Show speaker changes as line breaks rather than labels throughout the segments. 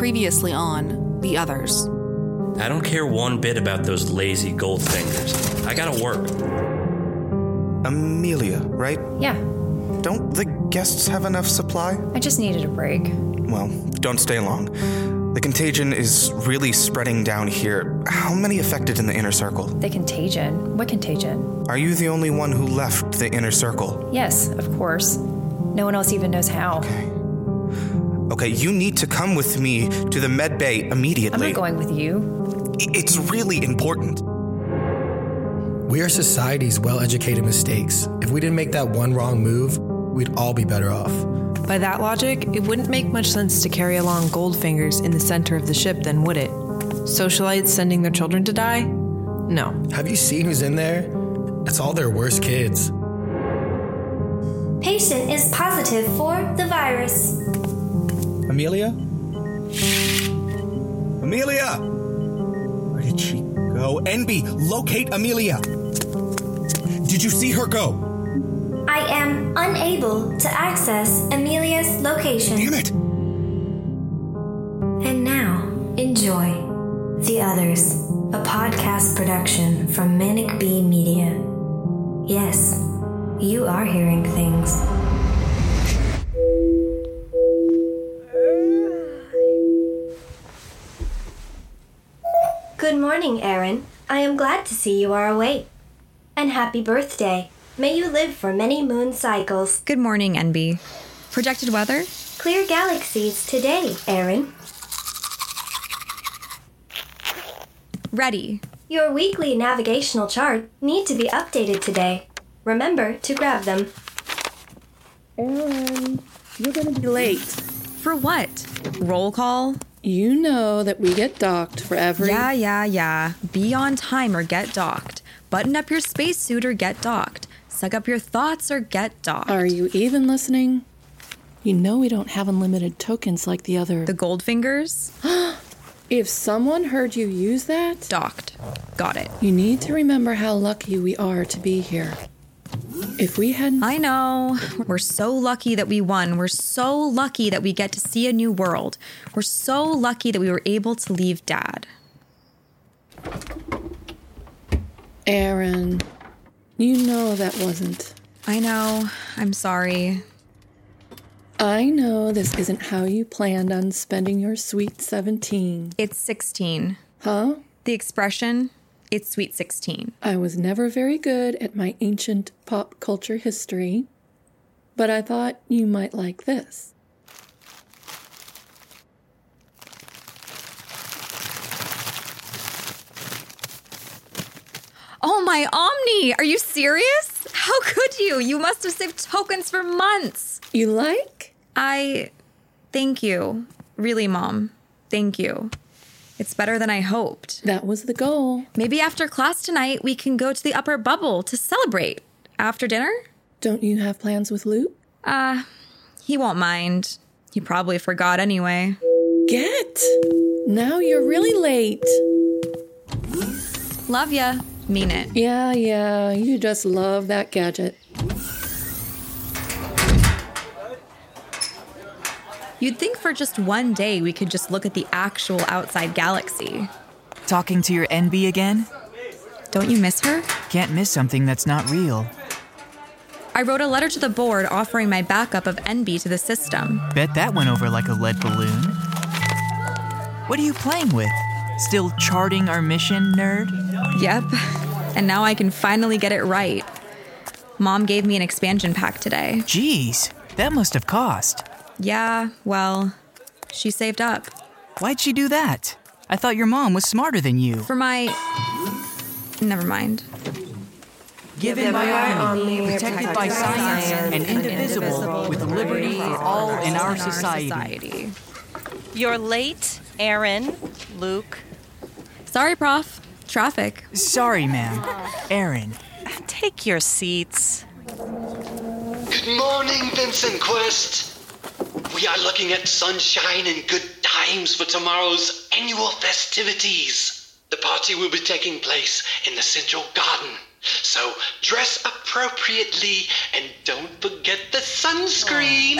Previously on The Others.
I don't care one bit about those lazy gold fingers. I gotta work.
Amelia, right?
Yeah,
Don't the guests have enough supply?
I just needed a break.
Well, don't stay long. The contagion is really spreading down here. How many affected in the inner circle?
The contagion. What contagion?
Are you the only one who left the inner circle?
Yes, of course. No one else even knows how.
Okay, you need to come with me to the med bay
I'm
immediately.
not going with you.
It's really important.
We are society's well educated mistakes. If we didn't make that one wrong move, we'd all be better off.
By that logic, it wouldn't make much sense to carry along Goldfingers in the center of the ship, then would it? Socialites sending their children to die? No.
Have you seen who's in there? It's all their worst kids.
Patient is positive for the virus.
Amelia? Amelia! Where did she go? Envy, locate Amelia! Did you see her go?
I am unable to access Amelia's location.
it!
And now, enjoy The Others, a podcast production from Manic Bee Media. Yes, you are hearing things. Good morning, Aaron. I am glad to see you are awake. And happy birthday. May you live for many moon cycles.
Good morning, NB. Projected weather?
Clear galaxies today, Aaron.
Ready.
Your weekly navigational chart need to be updated today. Remember to grab them.
You're gonna be late.
For what? Roll call?
You know that we get docked for every.
Yeah, yeah, yeah. Be on time or get docked. Button up your spacesuit or get docked. Suck up your thoughts or get docked.
Are you even listening? You know we don't have unlimited tokens like the other.
The gold fingers?
if someone heard you use that,
Docked. Got it.
you need to remember how lucky we are to be here. If we hadn't.
I know. We're so lucky that we won. We're so lucky that we get to see a new world. We're so lucky that we were able to leave Dad.
Aaron. You know that wasn't.
I know. I'm sorry.
I know this isn't how you planned on spending your sweet 17.
It's 16.
Huh?
The expression, it's sweet 16.
I was never very good at my ancient pop culture history, but I thought you might like this.
Oh my Omni, are you serious? How could you? You must have saved tokens for months.
You like?
I thank you. Really, Mom. Thank you. It's better than I hoped.
That was the goal.
Maybe after class tonight, we can go to the upper bubble to celebrate. After dinner?
Don't you have plans with Luke?
He won't mind. He probably forgot anyway.
Get! Now you're really late.
Love ya. Mean it.
Yeah, yeah, you just love that gadget.
You'd think for just one day we could just look at the actual outside galaxy.
Talking to your NB again?
Don't you miss her?
Can't miss something that's not real.
I wrote a letter to the board offering my backup of NB to the system.
Bet that went over like a lead balloon. What are you playing with? Still charting our mission, nerd?
Yep. And now I can finally get it right. Mom gave me an expansion pack today.
Jeez, that must have cost.
Yeah, well, she saved up
Why'd she do that? I thought your mom was smarter than you.
for my. Never mind.
Given by Omni, protected by science, and indivisible, with liberty for all in our society.
You're late, Aaron, Luke.
Sorry, Prof. Traffic.
Sorry, ma'am. Aaron.
Take your seats.
Good morning, Vincent Quest. We are looking at sunshine and good times for tomorrow's annual festivities. The party will be taking place in the central garden. So dress appropriately and don't forget the sunscreen.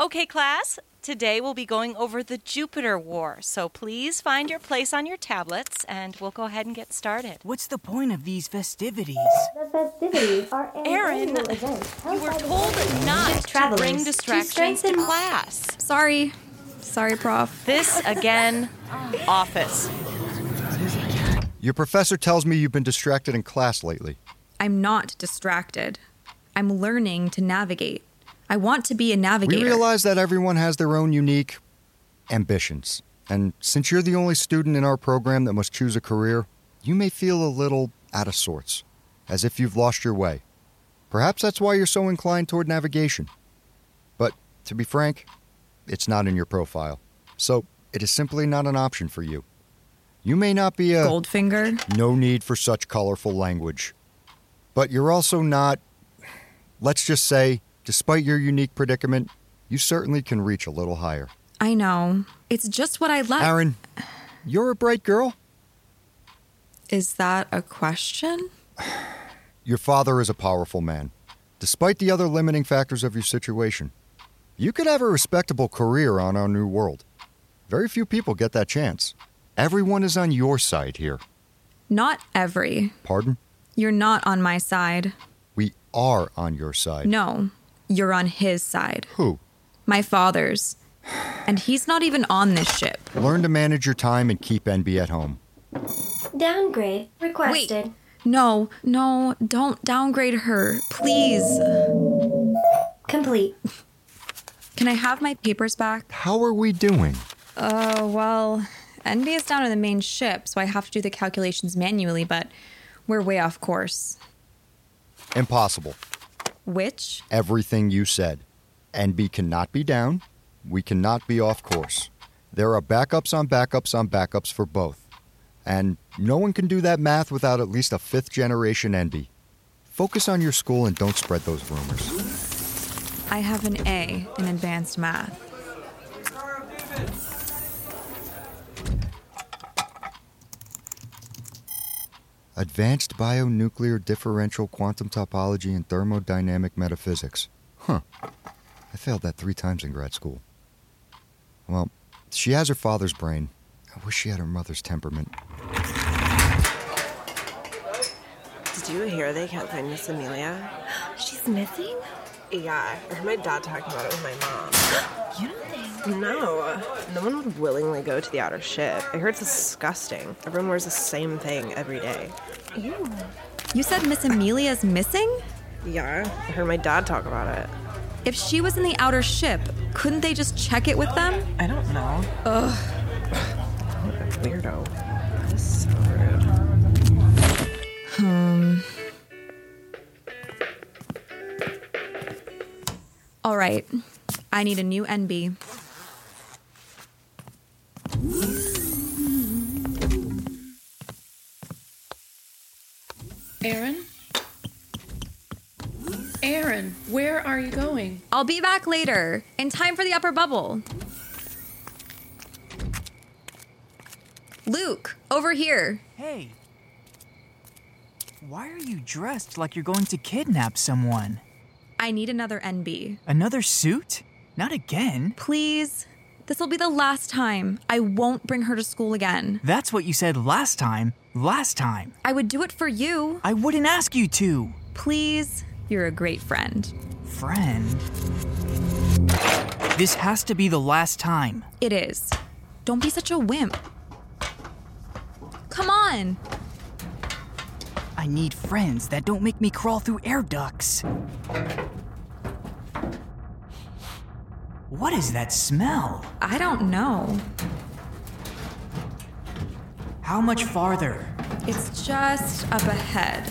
Okay, class, today we'll be going over the Jupiter War, so please find your place on your tablets and we'll go ahead and get started.
What's the point of these festivities?
The festivities are an
Aaron,
annual event
You were told not to
travelers
bring
to
distractions to
strengthen-
class.
Sorry. Sorry, Prof.
This again, office.
Your professor tells me you've been distracted in class lately.
I'm not distracted. I'm learning to navigate. I want to be a navigator.
We realize that everyone has their own unique ambitions. And since you're the only student in our program that must choose a career, you may feel a little out of sorts, as if you've lost your way. Perhaps that's why you're so inclined toward navigation. But to be frank, it's not in your profile. So it is simply not an option for you. You may not be a
Goldfinger.
No need for such colorful language. But you're also not, let's just say, despite your unique predicament, you certainly can reach a little higher.
I know. It's just what I like.
Aaron, you're a bright girl.
Is that a question?
Your father is a powerful man, despite the other limiting factors of your situation. You could have a respectable career on our new world. Very few people get that chance. Everyone is on your side here.
Not every.
Pardon?
You're not on my side.
We are on your side.
No, you're on his side.
Who?
My father's. And he's not even on this ship.
Learn to manage your time and keep NB at home.
downgrade requested.
No, no, don't downgrade her, please.
Complete.
Can I have my papers back?
How are we doing?
Oh, well, Envy is down on the main ship, so I have to do the calculations manually, but we're way off course.
Impossible.
Which?
Everything you said. NB cannot be down. We cannot be off course. There are backups on backups on backups for both. And no one can do that math without at least a fifth generation NB. Focus on your school and don't spread those rumors.
I have an A in advanced math.
Advanced Bionuclear Differential Quantum Topology and Thermodynamic Metaphysics. Huh. I failed that three times in grad school. Well, she has her father's brain. I wish she had her mother's temperament.
Did you hear they can't find Miss Amelia?
She's missing?
Yeah, I heard my dad talking about it with my mom. You don't think? No, no one would willingly go to the outer ship. I heard it's disgusting. Everyone wears the same thing every day.
Ew. You said Miss Amelia's missing?
Yeah, I heard my dad talk about it.
If she was in the outer ship, couldn't they just check it with them?
I don't know.
Ugh.
Weirdo. That's so rude.
Hmm. All right. I need a new NB.
Aaron? Aaron, where are you going?
I'll be back later, in time for the upper bubble. Luke, over here.
Hey. Why are you dressed like you're going to kidnap someone?
I need another NB.
Another suit? Not again.
Please. This will be the last time. I won't bring her to school again.
That's what you said last time. Last time.
I would do it for you.
I wouldn't ask you to.
Please. You're a great friend.
Friend? This has to be the last time.
It is. Don't be such a wimp. Come on.
I need friends that don't make me crawl through air ducts. What is that smell?
I don't know.
How much farther?
It's just up ahead.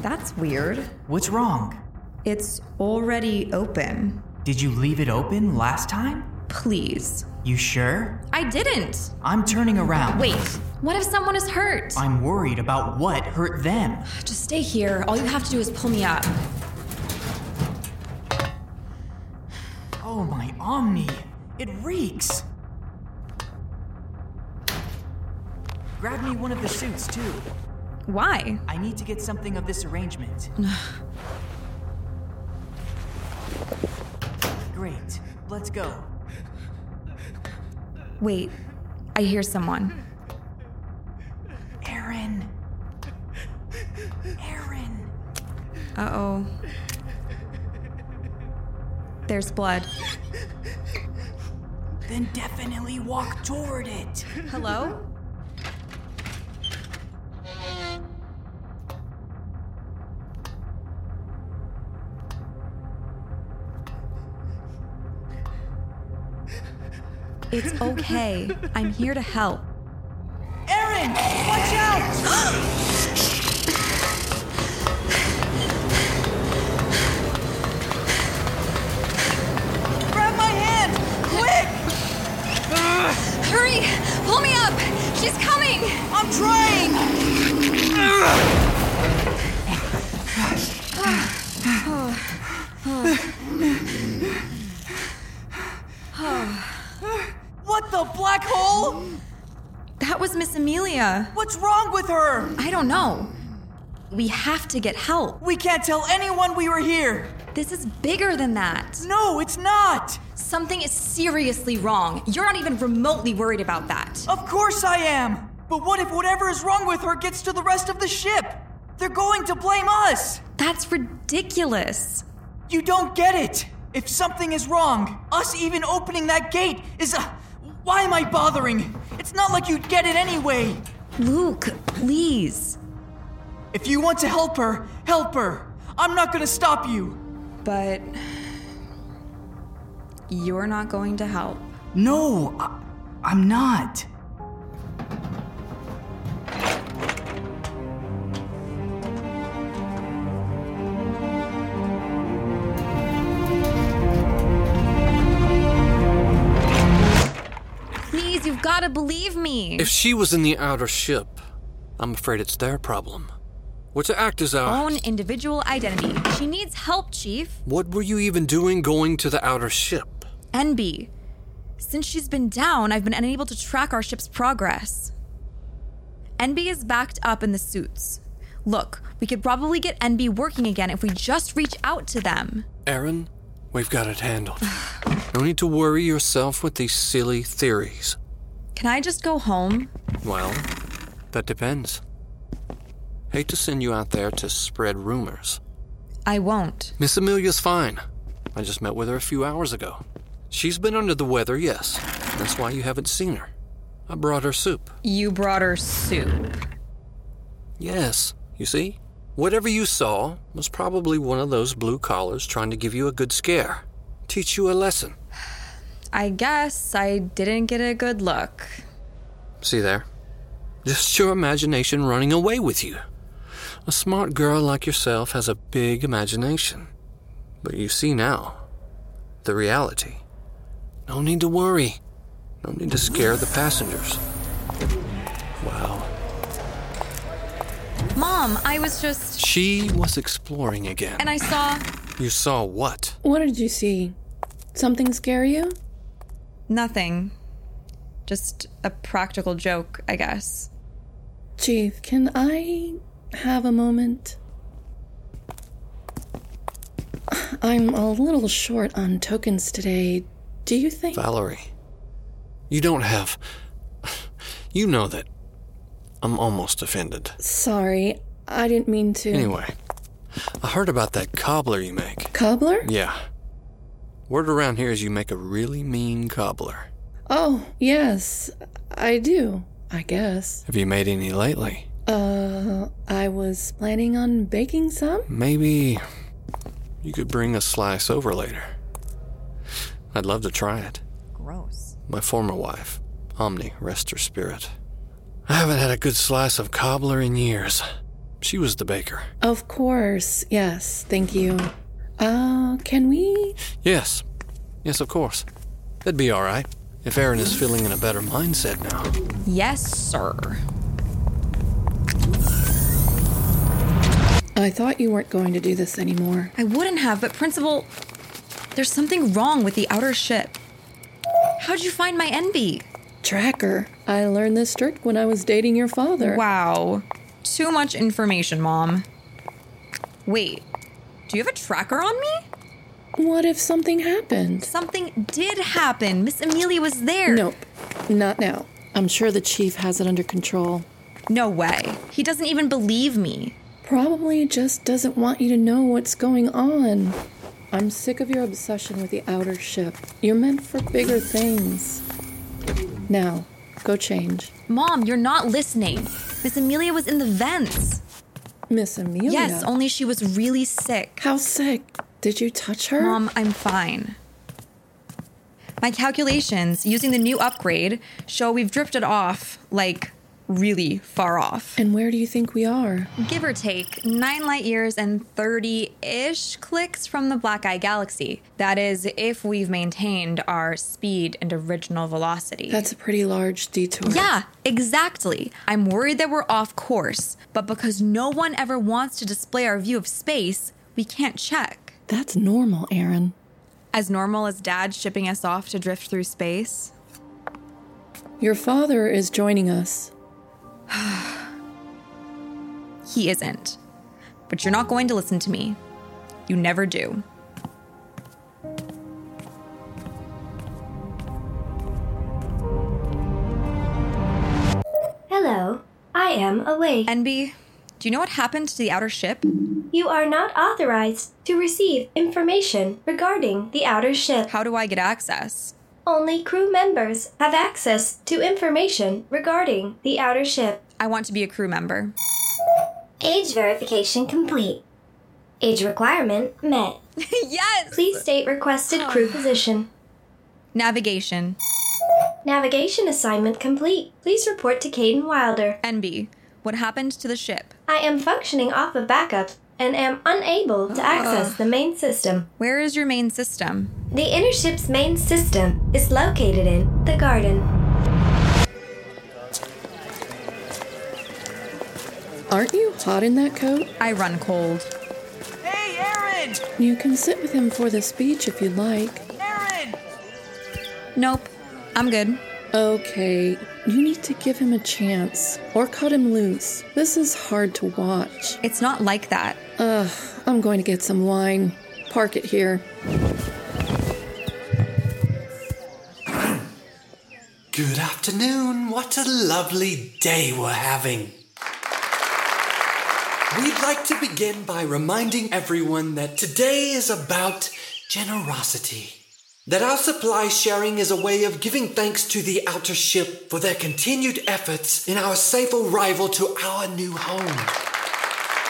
That's weird.
What's wrong?
It's already open.
Did you leave it open last time?
Please.
You sure?
I didn't.
I'm turning around.
Wait, what if someone is hurt?
I'm worried about what hurt them.
Just stay here. All you have to do is pull me up.
Oh, my Omni. It reeks. Grab me one of the suits, too.
Why?
I need to get something of this arrangement.
Let's go.
Wait, I hear someone.
Aaron. Aaron.
Uh oh. There's blood.
Then definitely walk toward it.
Hello? It's okay. I'm here to help.
Aaron, watch out! Grab my hand, quick!
Hurry! Pull me up! She's coming!
I'm trying! What the black hole?
That was Miss Amelia.
What's wrong with her?
I don't know. We have to get help.
We can't tell anyone we were here.
This is bigger than that.
No, it's not.
Something is seriously wrong. You're not even remotely worried about that.
Of course I am. But what if whatever is wrong with her gets to the rest of the ship? They're going to blame us.
That's ridiculous.
You don't get it. If something is wrong, us even opening that gate is. Uh, why am I bothering? It's not like you'd get it anyway.
Luke, please.
If you want to help her, help her. I'm not gonna stop you.
But you're not going to help.
No, I, I'm not.
Please, you've got to believe me.
If she was in the outer ship, I'm afraid it's their problem. We're to act as our.
Own individual identity. She needs help, Chief.
What were you even doing going to the outer ship?
NB. Since she's been down, I've been unable to track our ship's progress. NB is backed up in the suits. Look, we could probably get NB working again if we just reach out to them.
Aaron, we've got it handled. no need to worry yourself with these silly theories.
Can I just go home?
Well, that depends. Hate to send you out there to spread rumors.
I won't.
Miss Amelia's fine. I just met with her a few hours ago. She's been under the weather, yes. That's why you haven't seen her. I brought her soup.
You brought her soup.
Yes, you see? Whatever you saw was probably one of those blue collars trying to give you a good scare, teach you a lesson.
I guess I didn't get a good look.
See there? Just your imagination running away with you. A smart girl like yourself has a big imagination. But you see now the reality. No need to worry. No need to scare the passengers. Wow.
Mom, I was just.
She was exploring again.
And I saw.
You saw what?
What did you see? Something scare you?
Nothing. Just a practical joke, I guess.
Chief, can I have a moment? I'm a little short on tokens today. Do you think.
Valerie, you don't have. You know that. I'm almost offended.
Sorry, I didn't mean to.
Anyway, I heard about that cobbler you make.
Cobbler?
Yeah. Word around here is you make a really mean cobbler.
Oh, yes, I do, I guess.
Have you made any lately?
Uh, I was planning on baking some?
Maybe you could bring a slice over later. I'd love to try it.
Gross.
My former wife, Omni, rest her spirit. I haven't had a good slice of cobbler in years. She was the baker.
Of course, yes, thank you. Uh, can we?
Yes. Yes, of course. That'd be all right. If Aaron is feeling in a better mindset now.
Yes, sir.
I thought you weren't going to do this anymore.
I wouldn't have, but Principal, there's something wrong with the outer ship. How'd you find my envy?
Tracker. I learned this trick when I was dating your father.
Wow. Too much information, Mom. Wait, do you have a tracker on me?
What if something happened?
Something did happen. Miss Amelia was there.
Nope. Not now. I'm sure the chief has it under control.
No way. He doesn't even believe me.
Probably just doesn't want you to know what's going on. I'm sick of your obsession with the outer ship. You're meant for bigger things. Now, go change.
Mom, you're not listening. Miss Amelia was in the vents.
Miss Amelia?
Yes, only she was really sick.
How sick? Did you touch her?
Mom, I'm fine. My calculations using the new upgrade show we've drifted off, like really far off.
And where do you think we are?
Give or take, nine light years and 30 ish clicks from the Black Eye Galaxy. That is, if we've maintained our speed and original velocity.
That's a pretty large detour.
Yeah, exactly. I'm worried that we're off course, but because no one ever wants to display our view of space, we can't check.
That's normal, Aaron.
As normal as Dad shipping us off to drift through space?
Your father is joining us.
he isn't. But you're not going to listen to me. You never do.
Hello, I am awake.
NB, do you know what happened to the outer ship?
You are not authorized to receive information regarding the outer ship.
How do I get access?
Only crew members have access to information regarding the outer ship.
I want to be a crew member.
Age verification complete. Age requirement met.
yes!
Please state requested crew position.
Navigation.
Navigation assignment complete. Please report to Caden Wilder.
NB, what happened to the ship?
I am functioning off of backup and am unable to access the main system.
Where is your main system?
The inner ship's main system is located in the garden.
Aren't you hot in that coat?
I run cold.
Hey, Aaron!
You can sit with him for the speech if you'd like.
Aaron!
Nope, I'm good.
Okay, you need to give him a chance or cut him loose. This is hard to watch.
It's not like that.
Ugh, I'm going to get some wine. Park it here.
Good afternoon. What a lovely day we're having. We'd like to begin by reminding everyone that today is about generosity. That our supply sharing is a way of giving thanks to the outer ship for their continued efforts in our safe arrival to our new home.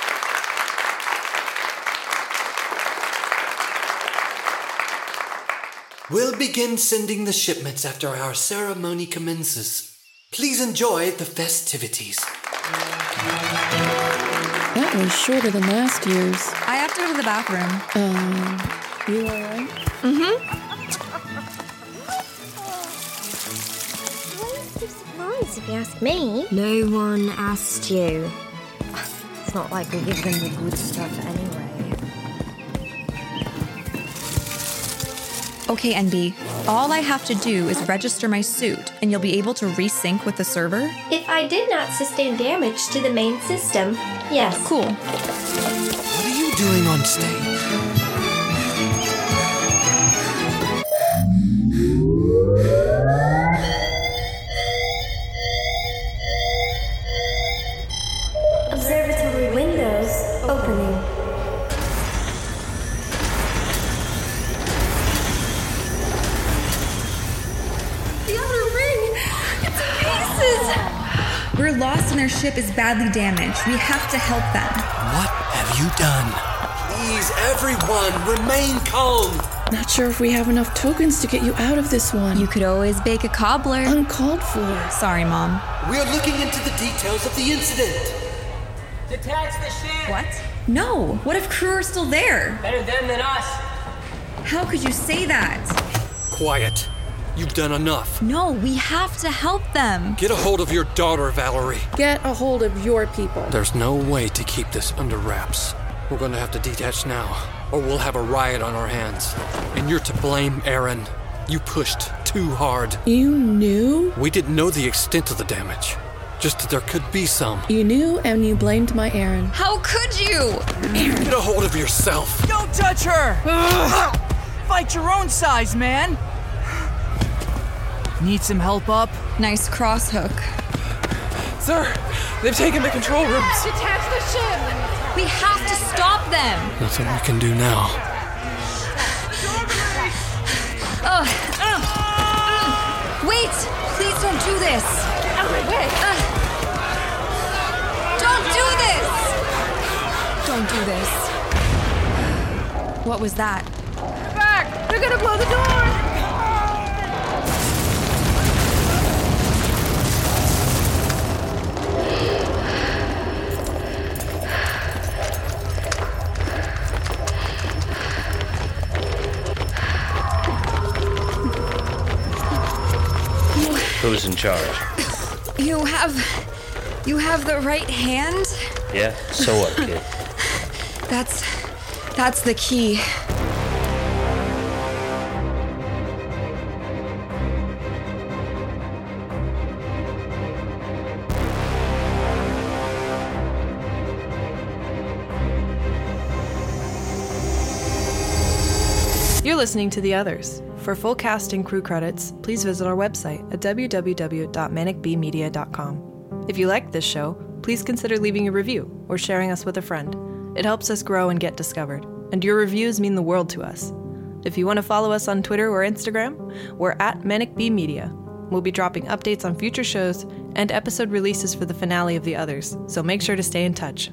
We'll begin sending the shipments after our ceremony commences. Please enjoy the festivities.
That was shorter than last year's.
I have to go to the bathroom.
Um, you alright?
Mm-hmm.
Surprise, if you ask me.
No one asked you. It's not like we give them the good stuff anyway.
Okay, NB, all I have to do is register my suit, and you'll be able to resync with the server?
If I did not sustain damage to the main system, yes.
Cool.
What are you doing on stage?
We're lost and their ship is badly damaged. We have to help them.
What have you done? Please, everyone, remain calm.
Not sure if we have enough tokens to get you out of this one.
You could always bake a cobbler.
Uncalled for.
Sorry, Mom.
We're looking into the details of the incident.
Detach the ship.
What? No. What if crew are still there?
Better them than us.
How could you say that?
Quiet. You've done enough.
No, we have to help them.
Get a hold of your daughter, Valerie.
Get a hold of your people.
There's no way to keep this under wraps. We're going to have to detach now, or we'll have a riot on our hands. And you're to blame, Aaron. You pushed too hard.
You knew?
We didn't know the extent of the damage. Just that there could be some.
You knew and you blamed my Aaron.
How could you?
Get a hold of yourself.
Don't touch her!
fight your own size, man! Need some help up?
Nice cross hook.
Sir, they've taken the control rooms.
Detach the ship! We have to stop them!
Nothing we can do now.
Ugh. Ugh. Ugh. Wait! Please don't do this! Wait!
Uh.
Ugh. Don't do
Don't do
this!
this. What was that?
Back! They're gonna blow the door!
Who's in charge?
You have. You have the right hand?
Yeah? So what, kid?
That's. That's the key.
You're listening to The Others. For full cast and crew credits, please visit our website at www.manicbmedia.com. If you liked this show, please consider leaving a review or sharing us with a friend. It helps us grow and get discovered, and your reviews mean the world to us. If you want to follow us on Twitter or Instagram, we're at Manic Bee Media. We'll be dropping updates on future shows and episode releases for the finale of The Others, so make sure to stay in touch.